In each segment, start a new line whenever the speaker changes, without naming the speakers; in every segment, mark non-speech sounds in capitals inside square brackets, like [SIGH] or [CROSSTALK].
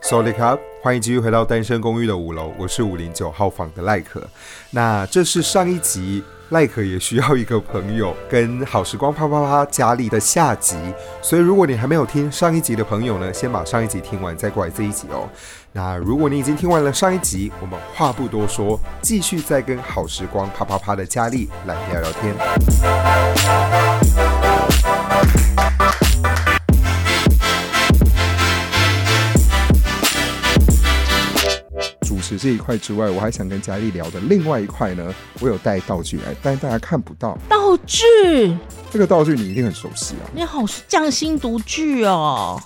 s o l i k up，欢迎继续回到单身公寓的五楼，我是五零九号房的赖可。那这是上一集赖可也需要一个朋友跟好时光啪啪啪佳丽的下集，所以如果你还没有听上一集的朋友呢，先把上一集听完再过来这一集哦。那如果你已经听完了上一集，我们话不多说，继续再跟好时光啪啪啪的佳丽来聊聊天。主持这一块之外，我还想跟佳丽聊的另外一块呢，我有带道具来，但是大家看不到。
道具，
这个道具你一定很熟悉啊。
你好匠心独具哦。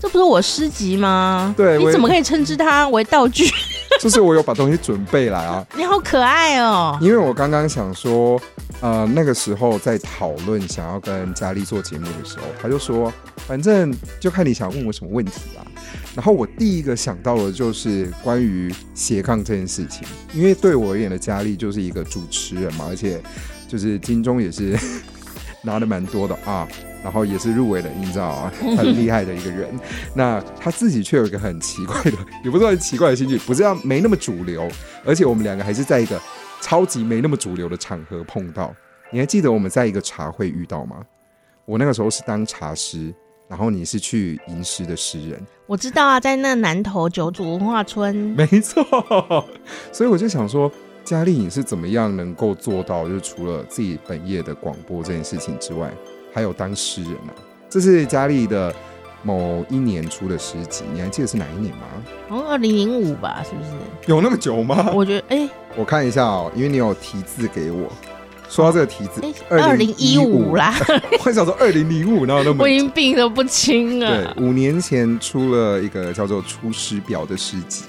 这不是我诗集吗？
对
你
我
怎么可以称之它为道具？ [LAUGHS]
就是我有把东西准备来啊，
你好可爱哦！
因为我刚刚想说，呃，那个时候在讨论想要跟佳丽做节目的时候，他就说，反正就看你想问我什么问题啦。然后我第一个想到的就是关于斜杠这件事情，因为对我而言的佳丽就是一个主持人嘛，而且就是金钟也是 [LAUGHS] 拿的蛮多的啊，然后也是入围的，你知道啊，很厉害的一个人。那他自己却有一个很奇怪的，也不是很奇怪的兴趣，不是要没那么主流，而且我们两个还是在一个超级没那么主流的场合碰到。你还记得我们在一个茶会遇到吗？我那个时候是当茶师，然后你是去吟诗的诗人，
我知道啊，在那南头九族文化村，
[LAUGHS] 没错。所以我就想说，佳丽你是怎么样能够做到，就是除了自己本业的广播这件事情之外，还有当诗人啊？这是佳丽的某一年出的诗集，你还记得是哪一年吗？
好像二零零五吧，是不是？
有那么久吗？
我觉得，哎、
我看一下哦，因为你有题字给我。说到这个题字， [LAUGHS]
哎，二零一五啦，
我想说二零零五，然后那么
我已经病得不轻
对
了。，
五年前出了一个叫做《出师表》的诗集，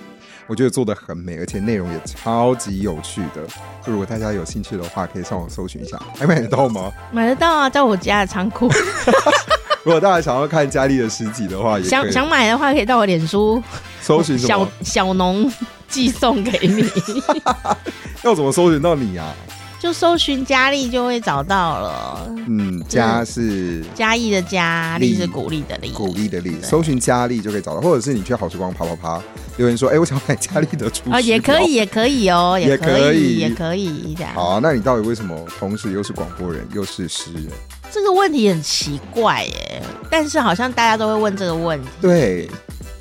我觉得做的很美，而且内容也超级有趣的。就如果大家有兴趣的话，可以上网搜寻一下，哎还买得到
[LAUGHS]
吗？
买得到啊，在我家的仓库。
如果大家想要看佳丽的诗集的话，也可
想
以
想买的话，可以到我脸书
搜寻什
小
么？
小农寄送给你， [LAUGHS]
要怎么搜寻到你啊？
就搜寻佳丽就会找到了。
嗯，家是
嘉义的嘉，
力
力是鼓励的力，
鼓励的力，
对
搜寻佳丽就可以找到，或者是你去好时光啪啪啪留言说，哎、我想买佳丽的出师
啊，也可
表
以，也可以哦，
也可
可
以
以，也可以这样。
好、啊，那你到底为什么同时又是广播人又是诗人？
这个问题很奇怪耶，但是好像大家都会问这个问题。
对，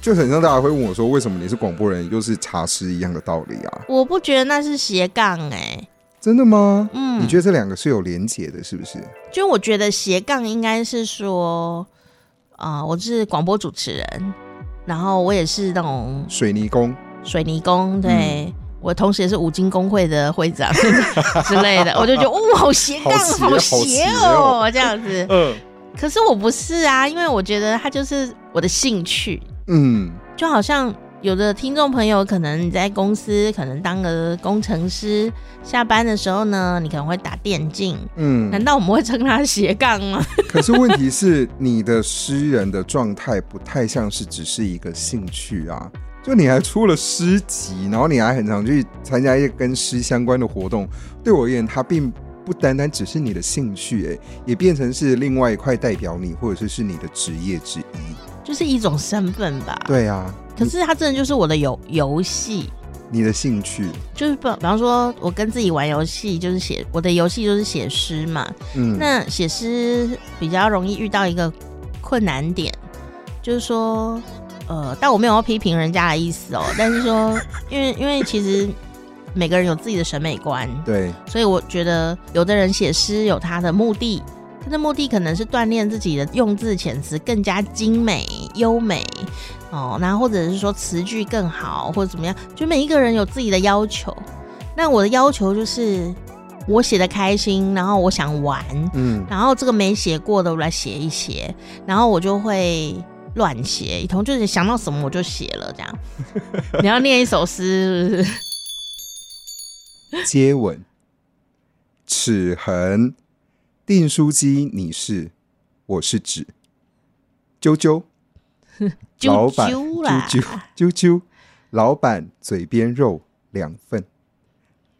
就很像大家会问我说，为什么你是广播人又是茶师一样的道理啊？
我不觉得那是斜杠哎，
真的吗？
嗯
你觉得这两个是有连结的，是不是？
就我觉得斜杠应该是说，啊、我是广播主持人，然后我也是那种
水泥工，
水
嗯
泥工，对、我同时也是五金工会的会长 [LAUGHS] 之类的，我就觉得哦，好斜杠，
好
好
斜
斜
好
哦，这样子。
嗯
可是我不是啊，因为我觉得它就是我的兴趣，
嗯，
就好像有的听众朋友，可能你在公司可能当个工程师，下班的时候呢，你可能会打电竞。难
嗯，
道我们会称它斜杠吗？
[LAUGHS]
[LAUGHS]
可是问题是，你的诗人的状态不太像是只是一个兴趣啊，就你还出了诗集，然后你还很常去参加一些跟诗相关的活动，对我而言，它并不单单只是你的兴趣、欸，也变成是另外一块代表你，或者是是你的职业之一。
就是一种身份吧。。
对啊，
可是它真的就是我的游游戏，
你的兴趣，
就是比比方说，我跟自己玩游戏，就是写我的游戏就是写诗嘛。
嗯，
那写诗比较容易遇到一个困难点，就是说，呃，但我没有要批评人家的意思
[LAUGHS]
哦，但是说，因为因为其实每个人有自己的审美观，
对，
所以我觉得有的人写诗有他的目的，他的目的可能是锻炼自己的用字遣词更加精美优美哦，那或者是说词句更好或者怎么样，就每一个人有自己的要求。那我的要求就是我写的开心，然后我想玩，
嗯，
然后这个没写过的我来写一写，然后我就会乱写一通，就是想到什么我就写了
[LAUGHS]
这样。你要念一首诗是不是？
接吻、齿痕、订书机，你是，我是纸，啾啾，老板
啾
啾
啦，
啾啾啾，老板嘴边肉两份，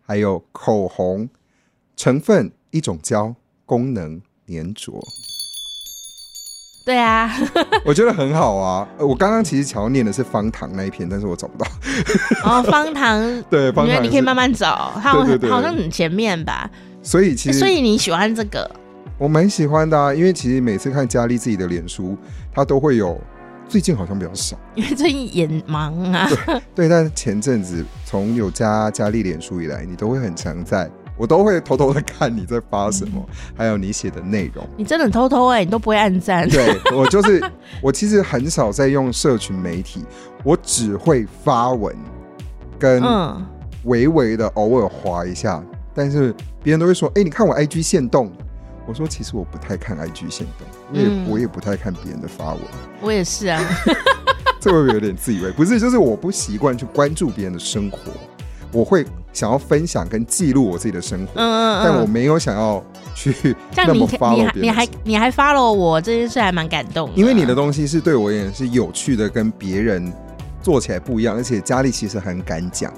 还有口红
[LAUGHS]
成分一种胶，功能粘着。
对啊，
我觉得很好啊。呃我刚刚其实想要念的是方糖那一篇，但是我找不到。
然后方糖，
对，[LAUGHS]
我
方
觉得
糖
你可以
是
慢慢找，它
对对对
好像很前面吧。
所以其
欸所
实
以你喜欢这个？
我蛮喜欢的、啊，因为其实每次看佳丽自己的脸书，她都会有。最近好像比较少，
因为最近眼盲啊，
对，但前阵子从有加佳丽脸书以来，你都会很常在，我都会偷偷的看你在发什么，
嗯
[LAUGHS] 还有你写的内
[LAUGHS]
容。
你真的很偷偷哎、你都不会暗赞。
对我就是，我其实很少在用社群媒体，我只会发文，跟
嗯，
微微的偶尔滑一下，但是别人都会说：“哎、你看我 IG 限动。”我说：“其实我不太看 IG 限动，我也、
嗯
我也不太看别人的发文，
我
[LAUGHS]
也是啊。
这会不会有点自以为？不是，就是我不习惯去关注别人的生活，我会想要分享跟记录我自己的生活，
嗯嗯嗯。
但我没有想要去
这
那
样你
么
可你
follow 别
还你
人的
还
生活。”
你还 follow 我这件事还蛮感动的啊，
因为你的东西是对我而言是有趣的，跟别人做起来不一样，而且佳丽其实很敢讲，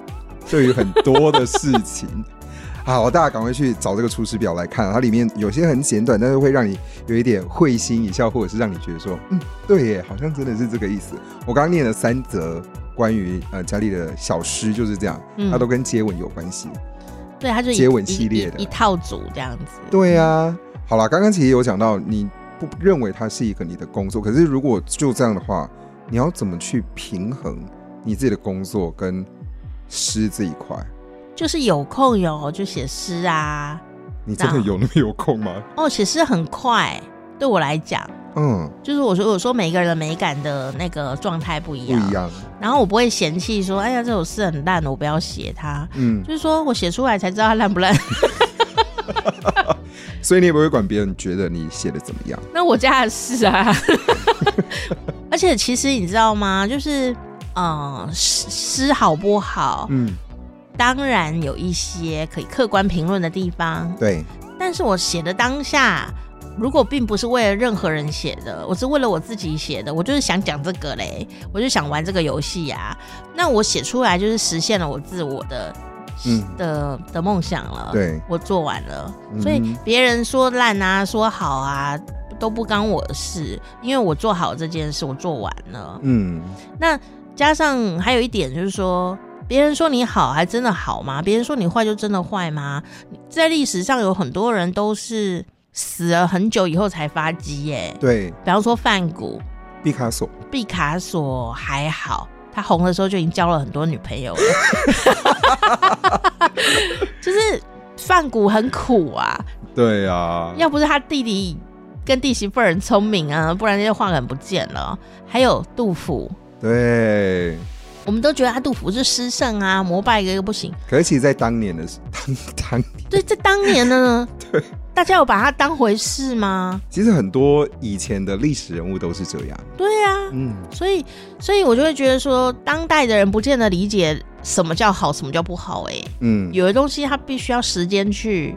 对于很多的事
[LAUGHS]
情。好，大家赶快去找这个出师表来看，它里面有些很简短，但是会让你有一点会心一笑，或者是让你觉得说，嗯，对耶，好像真的是这个意思。我刚刚念了三则关于呃佳丽的小诗，就是这样，
嗯
它都跟接吻有关系。
对，它就一
接吻系列的
一一一套组这样子。
对啊，好啦，刚刚其实有讲到，你不认为它是一个你的工作，可是如果就这样的话，你要怎么去平衡你自己的工作跟诗这一块？
就是有空有就写诗啊。
你真的有那么有空吗？
哦，写诗很快，对我来讲，
嗯，
就是我说我说每个人的美感的那个状态不一
不
样，
一样，
然后我不会嫌弃说，哎呀，这首诗很烂，我不要写它。
嗯，
就是说我写出来才知道它烂不烂。 [LAUGHS]
所以你也不会管别人觉得你写的怎么样。
那我家的
[LAUGHS]
是啊，而且其实你知道吗？就是嗯，诗诗好不好，
嗯，
当然有一些可以客观评论的地方，
对，
但是我写的当下，如果并不是为了任何人写的，我是为了我自己写的，我就是想讲这个嘞，我就想玩这个游戏呀。那我写出来就是实现了我自我的。
嗯
的的梦想了，
对
我做完了，
嗯
所以别人说烂啊，说好啊，都不干我的事，因为我做好这件事，我做完了。
嗯，
那加上还有一点就是说，别人说你好，还真的好吗？别人说你坏，就真的坏吗？在历史上有很多人都是死了很久以后才发迹耶、
对，
比方说范谷、
毕卡索，
毕卡索还好，他红的时候就已经交了很多女朋友了， [LAUGHS] 就是范谷很苦啊，
对啊，
要不是他弟弟。跟弟媳妇儿很聪明啊，不然这些话很不见了。还有杜甫，
对。
我们都觉得他杜甫是诗圣啊，膜拜一个又不行。
可是其实，在当年的时 [LAUGHS] 当当年，
对，在当年呢，大家有把他当回事吗？
其实很多以前的历史人物都是这样。
对啊，
嗯，
所以，所以我就会觉得说，当代的人不见得理解什么叫好，什么叫不好、欸。
嗯，
有的东西他必须要时间去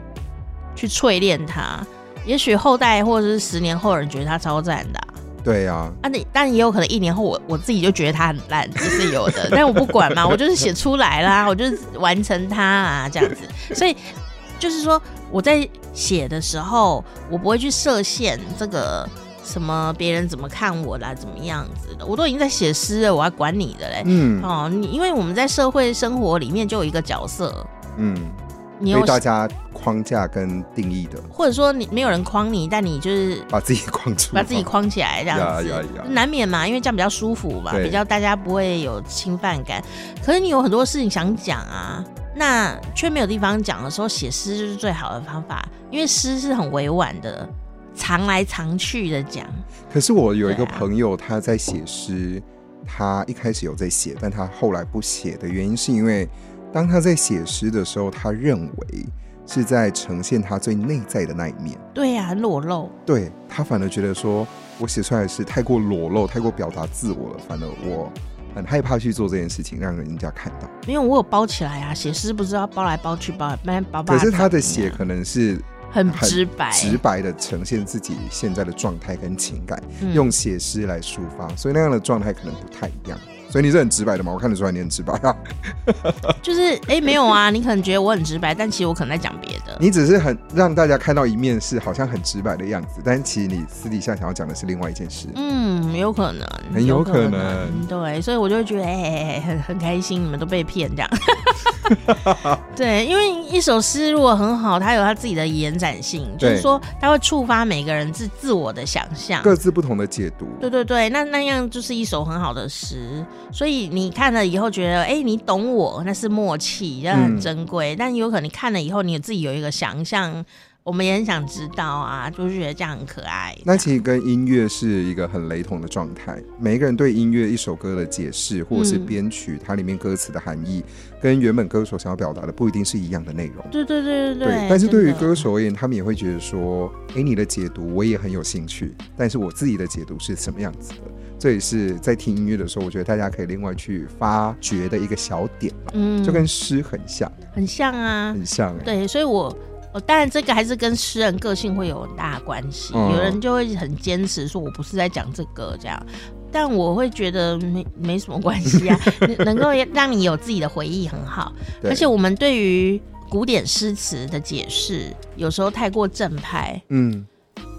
去淬炼它。也许后代或者是十年后的人觉得他超赞的啊，
对啊，
啊，你但也有可能一年后我我自己就觉得他很烂，这是有的。但我不管嘛，我就是写出来啦，我就是完成它啊，这样子。所以就是说，我在写的时候，我不会去设限这个什么别人怎么看我啦，怎么样子的。我都已经在写诗了，我还管你的嘞。
嗯
哦，你因为我们在社会生活里面就有一个角色，
嗯，
你有
被大家框架跟定义的，
或者说你没有人框你，但你就是
把自己框住，
把自己框起来这样子
呀呀呀
难免嘛，因为这样比较舒服嘛，
对
比较大家不会有侵犯感。可是你有很多事情想讲啊，那却没有地方讲的时候，写诗就是最好的方法，因为诗是很委婉的，藏来藏去的讲。
可是我有一个
对啊
朋友，他在写诗，他一开始有在写，但他后来不写的原因是因为，当他在写诗的时候，他认为是在呈现他最内在的那一面，
对呀、很裸露，
对他反而觉得说我写出来的是太过裸露、太过表达自我了，反而我很害怕去做这件事情，让人家看到。
因为我有包起来啊，写诗不是要包来包去，包来包来包包。
可是他的写可能是
很
很
直白，
直白的呈现自己现在的状态跟情感，
嗯
用写诗来抒发，所以那样的状态可能不太一样。所以你是很直白的嘛？我看得出
[LAUGHS]
来你很直白啊。
就是哎、诶没有啊，你可能觉得我很直白，但其实我可能在讲别的。的。
你只是很让大家看到一面是好像很直白的样子，但其实你私底下想要讲的是另外一件事。
嗯，有可能，
很有
有
可能
对，所以我就会觉得，哎、哎哎很很开心，你们都被骗这样。
[LAUGHS]
对，因为一首诗如果很好，它有它自己的延展性，就
对
是说它会触发每个人自自我的想象。
各自不同的解读，
对对对，那那样就是一首很好的诗，所以你看了以后觉得，哎、你懂我，那是默契，那
嗯
很珍贵。但有可能你看了以后，你自己有一个想象，我们也很想知道啊，就是觉得这样很可爱。
那其实跟音乐是一个很雷同的状态。每一个人对音乐一首歌的解释，或者是
嗯
编曲它里面歌词的含义，跟原本歌手想要表达的不一定是一样的内容。
对对对对对。
但是对于
真的
歌手而言，他们也会觉得说，诶，你的解读我也很有兴趣，但是我自己的解读是什么样子的？这也是在听音乐的时候，我觉得大家可以另外去发掘的一个小点吧，
嗯，
就跟诗很像，
很像啊，
很像、诶，
对，所以我。哦，当然，这个还是跟诗人个性会有很大的关系。
嗯
有人就会很坚持说，我不是在讲这个这样，但我会觉得没没什么关系啊，
[LAUGHS]
能能够让你有自己的回忆很好。
对
而且我们对于古典诗词的解释，有时候太过正派。
嗯，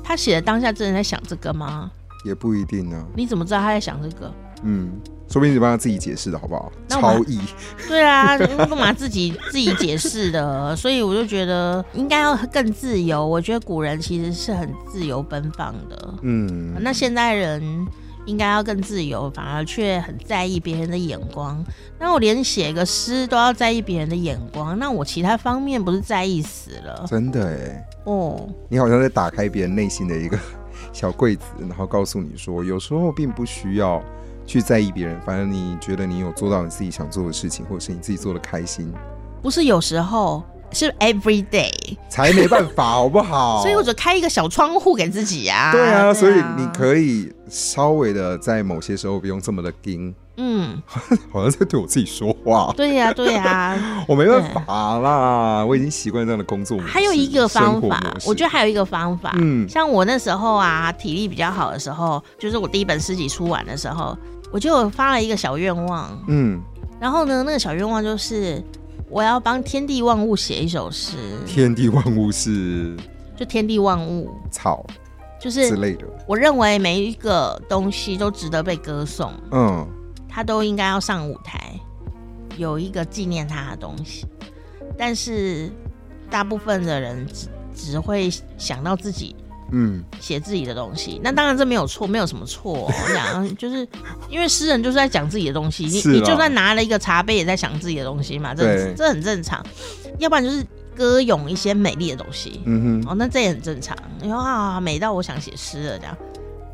他写的当下真的在想这个吗？
也不一定呢、
你怎么知道他在想这个？
嗯，说不定你帮他自己解释的好不好？
那我
超
们
意，
[LAUGHS] 对啊，干嘛自己 [LAUGHS] 自己解释的？所以我就觉得应该要更自由。我觉得古人其实是很自由奔放的，
嗯，
那现代人应该要更自由，反而却很在意别人的眼光。那我连写个诗都要在意别人的眼光，那我其他方面不是在意死了？
真的哎、
哦，
你好像在打开别人内心的一个 [LAUGHS] 小柜子，然后告诉你说，有时候并不需要去在意别人，反正你觉得你有做到你自己想做的事情，或者是你自己做的开心，
不是有时候。是 every day，、
才没办法，好不好？
所以我就开一个小窗户给自己
哦
啊。
对啊，所以你
以，
可以稍微的在某些时候不用这么的盯，
嗯，
好像在对我自己说话，
对呀、对呀、
我没办法啦，我已经习惯这样的工作模式
还有一个方法，我觉
嗯生活模
得。
式
还有一个方法，
嗯
像我那时候啊，体力比较好的时候，就是我第一本诗集出完的时候，我就有发了一个小愿望，
嗯，
然后呢，那个小愿望就是我要帮天地万物写一首诗，
天地万物是
就天地万物，
草
就
之
是
类的，
我认为每一个东西都值得被歌颂，
嗯，
它都应该要上舞台，有一个纪念它的东西。但是大部分的人只只会想到自己
嗯，
写自己的东西，那当然这没有错，没有什么
[LAUGHS]
错、哦。我讲就是因为诗人就是在讲自己的东西，你
是
你
啦
就算拿了一个茶杯，也在想自己的东西嘛，这
对
这很正常。要不然就是歌咏一些美丽的东西，
嗯哼，
哦，那这也很正常。你说啊，美到我想写诗了这样。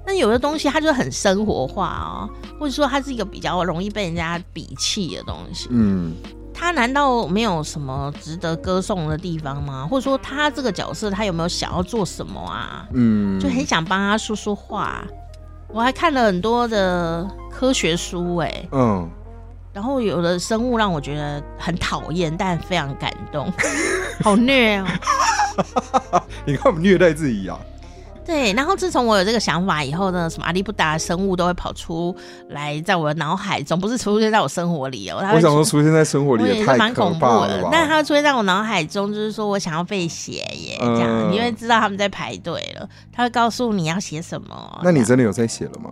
那有的东西它就很生活化哦，或者说它是一个比较容易被人家鄙弃的东西。
嗯，
他难道没有什么值得歌颂的地方吗？或者说他这个角色他有没有想要做什么啊？
嗯，
就很想帮他说说话。啊我还看了很多的科学书、哎，
嗯，
然后有的生物让我觉得很讨厌，但非常感动， [LAUGHS] 好虐哦。
你看我们虐待自己啊，
[LAUGHS] 对，然后自从我有这个想法以后呢，什么阿利布达的生物都会跑出来，在我的脑海中，不是出现在我生活里哦。它
我
会
想
出
说出现在生活
我
里
也
也
是
太
蛮
可
恐怖
怕了
的
吧，？
但它会出现在我脑海中，就是说我想要被写耶，这样、
嗯
你会知道他们在排队了，他会告诉你要写什么。
那你
这样
真的有在写了吗？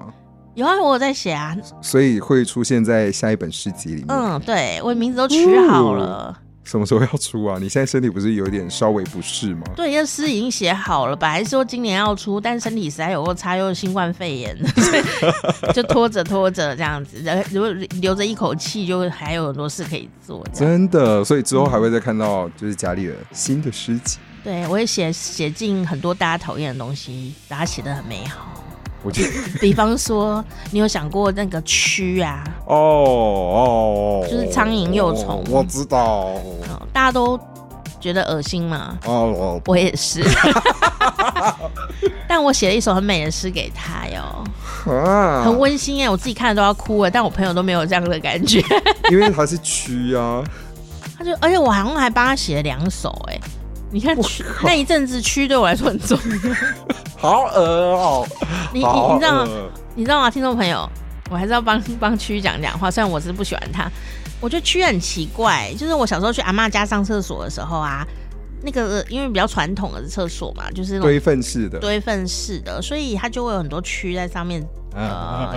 有啊，我有在写啊，
所以会出现在下一本诗集里面。
嗯，对，我名字都取好了，
什么时候要出啊？你现在身体不是有点稍微不适吗？
对，要诗已经写好了，本来说今年要出，但身体实在有够差，又是新冠肺炎，所以就 [LAUGHS] 拖着拖着这样子，然后如果留着一口气，就还有很多事可以做。这样
真的，所以之后还会再看到就是家里的新的诗集。
对，我也写写进很多大家讨厌的东西，把它写得很美好。
我觉得
[LAUGHS] 比方说，你有想过那个蛆啊？
哦哦，
就是苍蝇幼虫
我知道
哦大家都觉得恶心嘛，
哦，
我也是。 [LAUGHS] 但我写了一首很美的诗给他哟。
啊
很温馨哎，我自己看了都要哭了，但我朋友都没有这样的感觉。 [LAUGHS]
因为它是蛆啊，
他就，而且我好像还帮他写了两首哎，你看区那一阵子区对我来说很重
[LAUGHS]
要，
好恶哦，
你你
好
你知道吗？
恶
你知道吗，听众朋友，我还是要帮帮区讲讲话，虽然我是不喜欢他，我觉得区很奇怪，就是我小时候去阿嬷家上厕所的时候啊。那个因为比较传统的厕所嘛，就是那种
堆粪式的，
堆粪式的，所以它就会有很多蛆在上面呃
啊，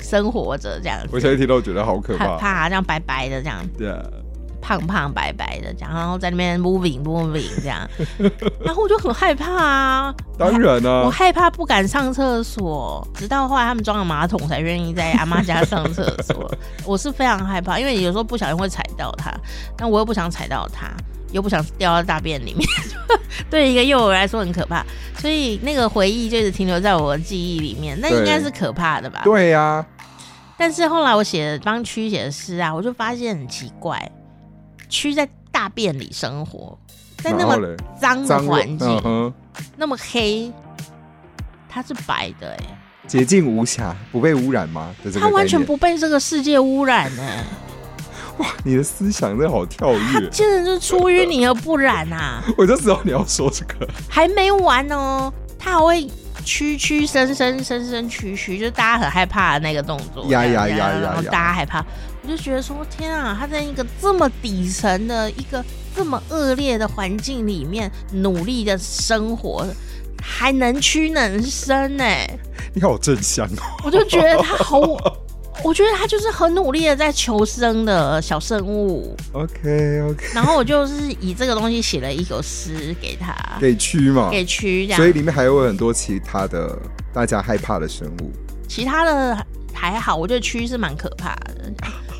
生活着这样子。
我现在听到觉得好可
怕
怕。
怕这样白白的这样
对啊，
胖胖白白的这样，然后在那边 moving moving 这样，然后我就很害怕啊，
当然
我
啊，
害怕不敢上厕所，直到后来他们装了马桶才愿意在阿妈家上厕所。我是非常害怕，因为有时候不小心会踩到它，但我又不想踩到它，又不想掉到大便里面，对一个幼儿来说很可怕。所以那个回忆就一直停留在我的记忆里面，那应该是可怕的吧？
对呀，
但是后来我写帮蛆写的诗啊，我就发现很奇怪，蛆在大便里生活，在那
然后
么
嘞，
脏的
脏
环
乱，
境
嗯，哼，
那么黑，它是白的哎、
洁净无瑕，不被污染吗？的这个
它完全
概念，
不被这个世界污染欸呢、
你的思想真的好跳
[LAUGHS]
跃。
竟然是出淤泥而不染啊！
我就知道你要说这个，
还没完哦，它还会屈屈伸伸伸伸屈屈，就是大家很害怕的那个动作，
呀呀
这样
呀呀
然后
呀
大家害怕，我就觉得说天啊，他在一个这么底层的一个这么恶劣的环境里面努力的生活。还能屈能伸呢、
你好正向
[LAUGHS]
哦。
我就觉得他好，我觉得他就是很努力的在求生的小生物。
OK OK，
然后我就是以这个东西写了一首诗给他，
给蛆嘛，
给蛆这
啊所以
样。
里面还有很多其他的大家害怕的生物。
其他的还好，我觉得蛆是蛮可怕的。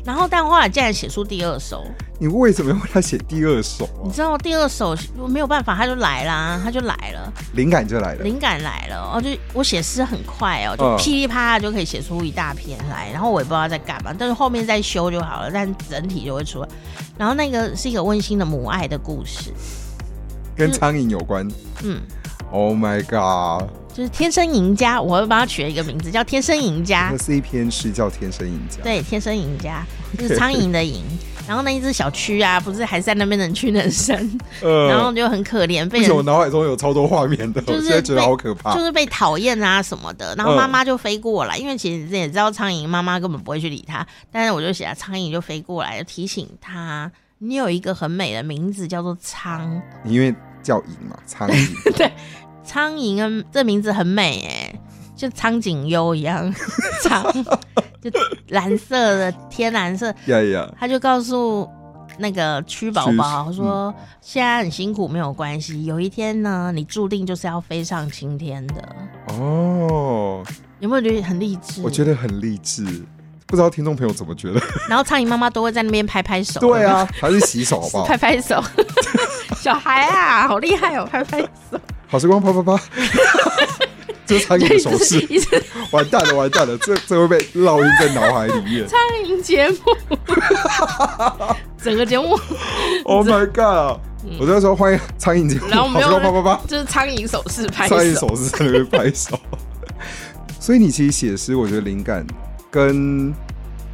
然后，但后来竟然写出第二首，
你为什么要为他写第二首啊
你？知道第二首我没有办法，他就来啦，他就来了，
灵感就来了。
灵感来了，哦，就我写诗很快哦，就
嗯
噼里啪啦就可以写出一大篇来，然后我也不知道在干嘛，但是后面再修就好了，但整体就会出来。然后那个是一个温馨的母爱的故事，
跟苍蝇有关。
嗯，
Oh my god！
就是天生赢家，我会帮他取了一个名字叫天生赢家
那。是一篇诗叫《天生赢家》。
对，天生赢家就是苍蝇的蝇。然后那一只小蛆啊，不是还在那边能屈能伸，
呃
然后就很可怜，被
为什么我啊
人
脑海中有超多画面的？
就
我
是
现在觉得好可怕
就。是被讨厌啊什么的。然后
嗯
妈妈就飞过来，因为其实你也知道苍蝇妈妈根本不会去理它，但是我就写啊，苍蝇就飞过来，就提醒它，你有一个很美的名字叫做苍
你因为叫蝇嘛，苍 [LAUGHS] 蝇。
苍蝇啊，这名字很美哎，就苍井优一样， [LAUGHS] 苍就蓝色的天蓝色，
呀呀，
他就告诉那个蛆宝宝
蛆嗯
说：“现在很辛苦没有关系，有一天呢，你注定就是要飞上青天的。
哦，”
有没有觉得很励志？
我觉
得。
得很励志。不知道听众朋友怎么觉得？
然后苍蝇妈妈都会在那边拍拍
[LAUGHS]
手。
对啊，还是洗手好不
有没有，
好？
拍拍 [LAUGHS] 手。小孩啊，好厉害哦，拍拍手。
好时光啪啪
[LAUGHS]
啪，这是苍
就
蝇的
一
手
直
势，
一直
完蛋了完蛋了，这这会被烙印在脑海里
[LAUGHS]
面。
苍蝇节目，整个节目
Oh my god！我那时候欢迎苍蝇节目，
嗯然后我
好
们
时
又
光啪啪啪。
就是苍蝇手势拍
上一
手。
首是在那边拍
[LAUGHS]
手。所以你其实写诗，我觉得灵感跟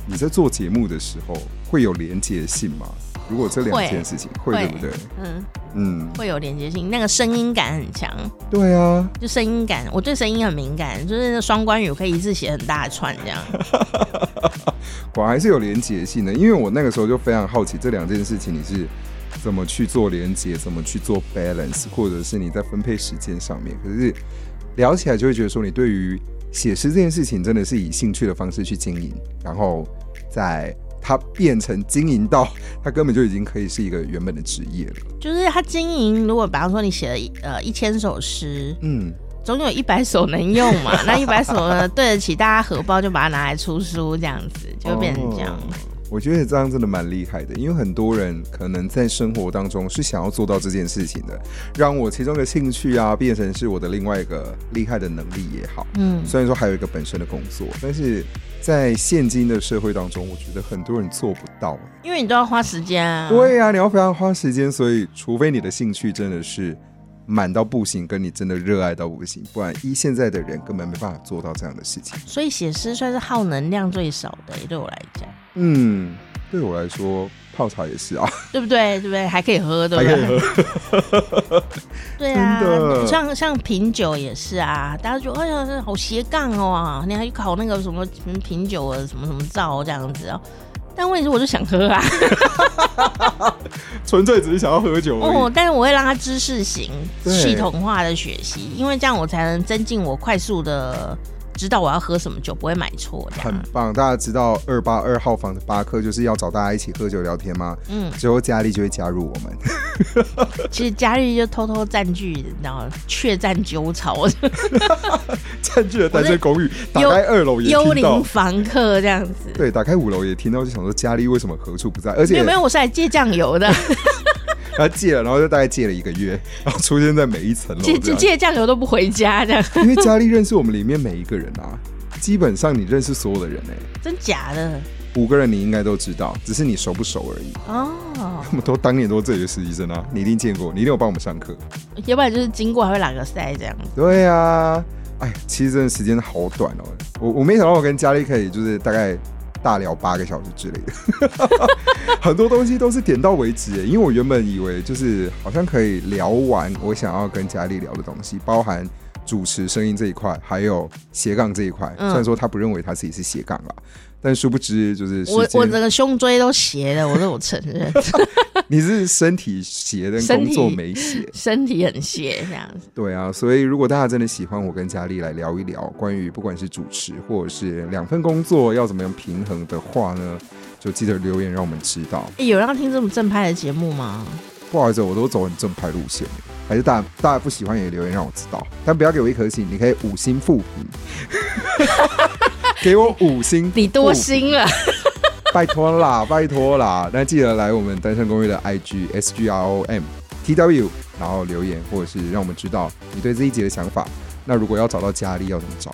你在做节目的时候会有连结性吗？如果这两
会
件事情会
会
对不对？
嗯，
嗯，
会有连接性，那个声音感很强。
对啊，
就声音感，我对声音很敏感，就是双关语我可以一次写很大串这样。 [LAUGHS]
果然还是有连结性的。因为我那个时候就非常好奇这两件事情，你是怎么去做连结，怎么去做 balance，或者是你在分配时间上面。可是聊起来就会觉得说，你对于写诗这件事情真的是以兴趣的方式去经营，然后在它变成经营到它根本就已经可以是一个原本的职业了。
就是他经营，如果比方说你写了一呃一千首诗，
嗯，
总有一百首能用嘛，那一百首呢对得起大家荷包，就把它拿来出书这样子，就会变成这样。
哦我觉得这样真的蛮厉害的，因为很多人可能在生活当中是想要做到这件事情的，让我其中的兴趣啊变成是我的另外一个厉害的能力也好。
嗯，
虽然说还有一个本身的工作，但是在现今的社会当中，我觉得很多人做不到。欸
因为你都要花时间啊。
对呀、你要非常花时间，所以除非你的兴趣真的是满到不行，跟你真的热爱到不行，不然依现在的人根本没办法做到这样的事情。
所以写诗算是耗能量最少的，对我来讲，
嗯，对我来说，泡茶也是啊，
对不对？对不对？还可以喝，对不啊
[LAUGHS] 还可以
对？对啊
真的，
像像品酒也是啊，大家就哎呀，好斜杠哦啊！你还去考那个什么什么品酒的什么什么照这样子哦，但问题是，我就想喝啊。
纯粹只是想要喝酒而
哦
已。，
但是我会让它知识型、
对
系统化的学习，因为这样我才能增进我快速的知道我要喝什么酒，不会买错。这
很
样，
棒，大家知道二八二号房的巴克就是要找大家一起喝酒聊天吗？
嗯，
之后佳丽就会加入我们， [LAUGHS]
其实佳丽就偷偷占据，然后怯战酒
[LAUGHS]
草，
占据了单身公寓，打
幽
开二楼也
幽
听到
灵，房客这样子。
对，打开五楼也听到，就想说佳丽为什么何处不在？而
没
且
有没有，我是来借酱油
[LAUGHS]
的，
他戒了，然后就大概戒了一个月， [LAUGHS] 然后出现在每一层楼
借
这
借
样。
借酱油都不回家，这样
因为佳丽认识我们里面每一个人啊，基本上你认识所有的人哎、
真假的
五个人你应该都知道，只是你熟不熟而已。 [LAUGHS]
哦？
我们都当年都是这里的实习生啊，你一定见过，你一定有帮我们上课。
要不然就是经过还会拉个塞这样子。
对啊，哎，其实真的时间好短哦，我我没想到我跟佳丽可以就是大概大聊八个小时之类的， [LAUGHS] 很多东西都是点到为止耶。因为我原本以为就是好像可以聊完我想要跟佳丽聊的东西，包含。主持声音这一块，还有斜杠这一块，
嗯
虽然说他不认为他自己是斜杠啦，但殊不知就是
我
时间
我整个胸椎都斜了，我都有承认， [LAUGHS]
你是身体斜，但
身
工作
体
没斜。
身体很斜这样子。
对啊，所以如果大家真的喜欢我跟佳丽来聊一聊关于不管是主持或者是两份工作要怎么样平衡的话呢，就记得留言让我们知道。
欸有人要听这么正派的节目吗？
不好意思，我都走很正派路线，还是大家大家不喜欢也留言让我知道，但不要给我一颗星，你可以五星复评，给我五星，
你多，心了，
拜托啦，拜托啦。那记得来我们单身公寓的 IG S G R O M T W，然后留言或者是让我们知道你对这一集的想法。那如果要找到佳丽要怎么找？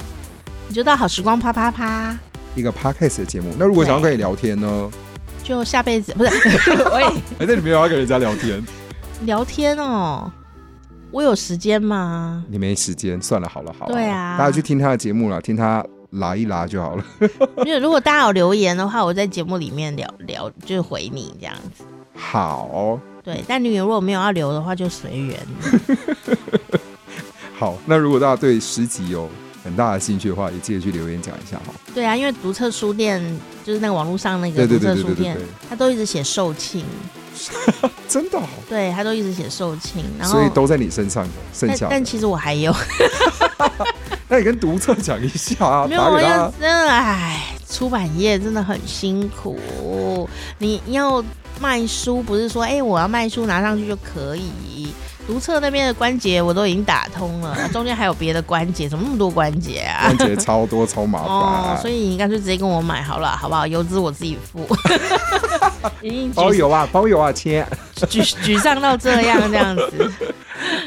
你就到好时光啪啪啪，
一个 podcast 的节目。那如果想要跟你聊天呢？
就下辈子不 [LAUGHS] 是喂
哎，那你没有要跟人家聊天，
聊天哦，我有时间吗？
[LAUGHS] 你没时间，算了，好了，好了，
对啊
大家去听他的节目了，听他拉一拉就好了。 [LAUGHS]
没有，如果大家有留言的话，我在节目里面聊聊，就是回你这样子。
好
对，但你如果没有要留的话，就随缘。
好，那如果大家对诗集有很大的兴趣的话，也记得去留言讲一下哈。
对啊，因为读册书店就是那个网络上那
对对
个读
对
册
对
书
对对
店
对，，
他都一直写售罄，
真的哦、
对他都一直写售罄，然后
所以都在你身上剩
但
下的
但。其实我还有。
那你跟读者讲一下啊，
[LAUGHS] 没有，
打
我
给
要
他。
真的哎，出版业真的很辛苦。你要卖书，不是说哎、我要卖书拿上去就可以。读册那边的关节我都已经打通了，
[LAUGHS]
中间还有别的关节，怎么那么多关节啊？
关节超多，超麻
哦，
烦。
所以你干脆直接跟我买好了，好不好？邮资我自己付。 [LAUGHS] 已经
包
沮
邮啊，包邮啊，亲。 [LAUGHS]
沮沮丧到这样这样子，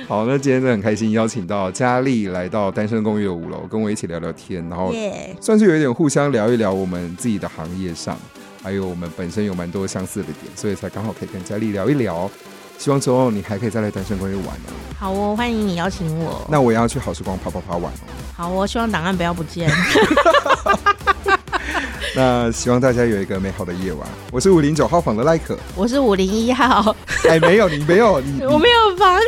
好，那今天真的很开心，邀请到佳丽来到单身公寓的五楼，跟我一起聊聊天，然后
耶、
算是有一点互相聊一聊我们自己的行业上，还有我们本身有蛮多相似的点，所以才刚好可以跟佳丽聊一聊。希望之后你还可以再来单身公寓玩哦。
好哦，欢迎你邀请我。
那我也要去好时光啪啪啪玩哦。
好哦，希望档案不要不见。
那希望大家有一个美好的夜晚。我是五零九号房的赖 [LAUGHS] 可，
我是五零一号，
哎，没有你没有你
我没有房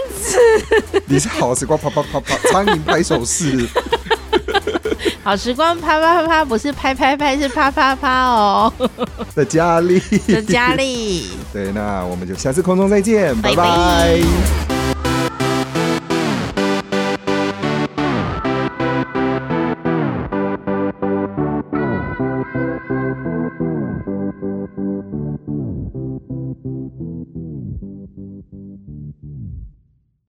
你是好时光啪啪啪啪苍蝇拍手势。
好时光啪啪啪啪，不是拍拍拍，是啪啪啪哦。
的佳丽，
的佳丽。
对，那我们就下次空中再见，
拜
拜
拜
拜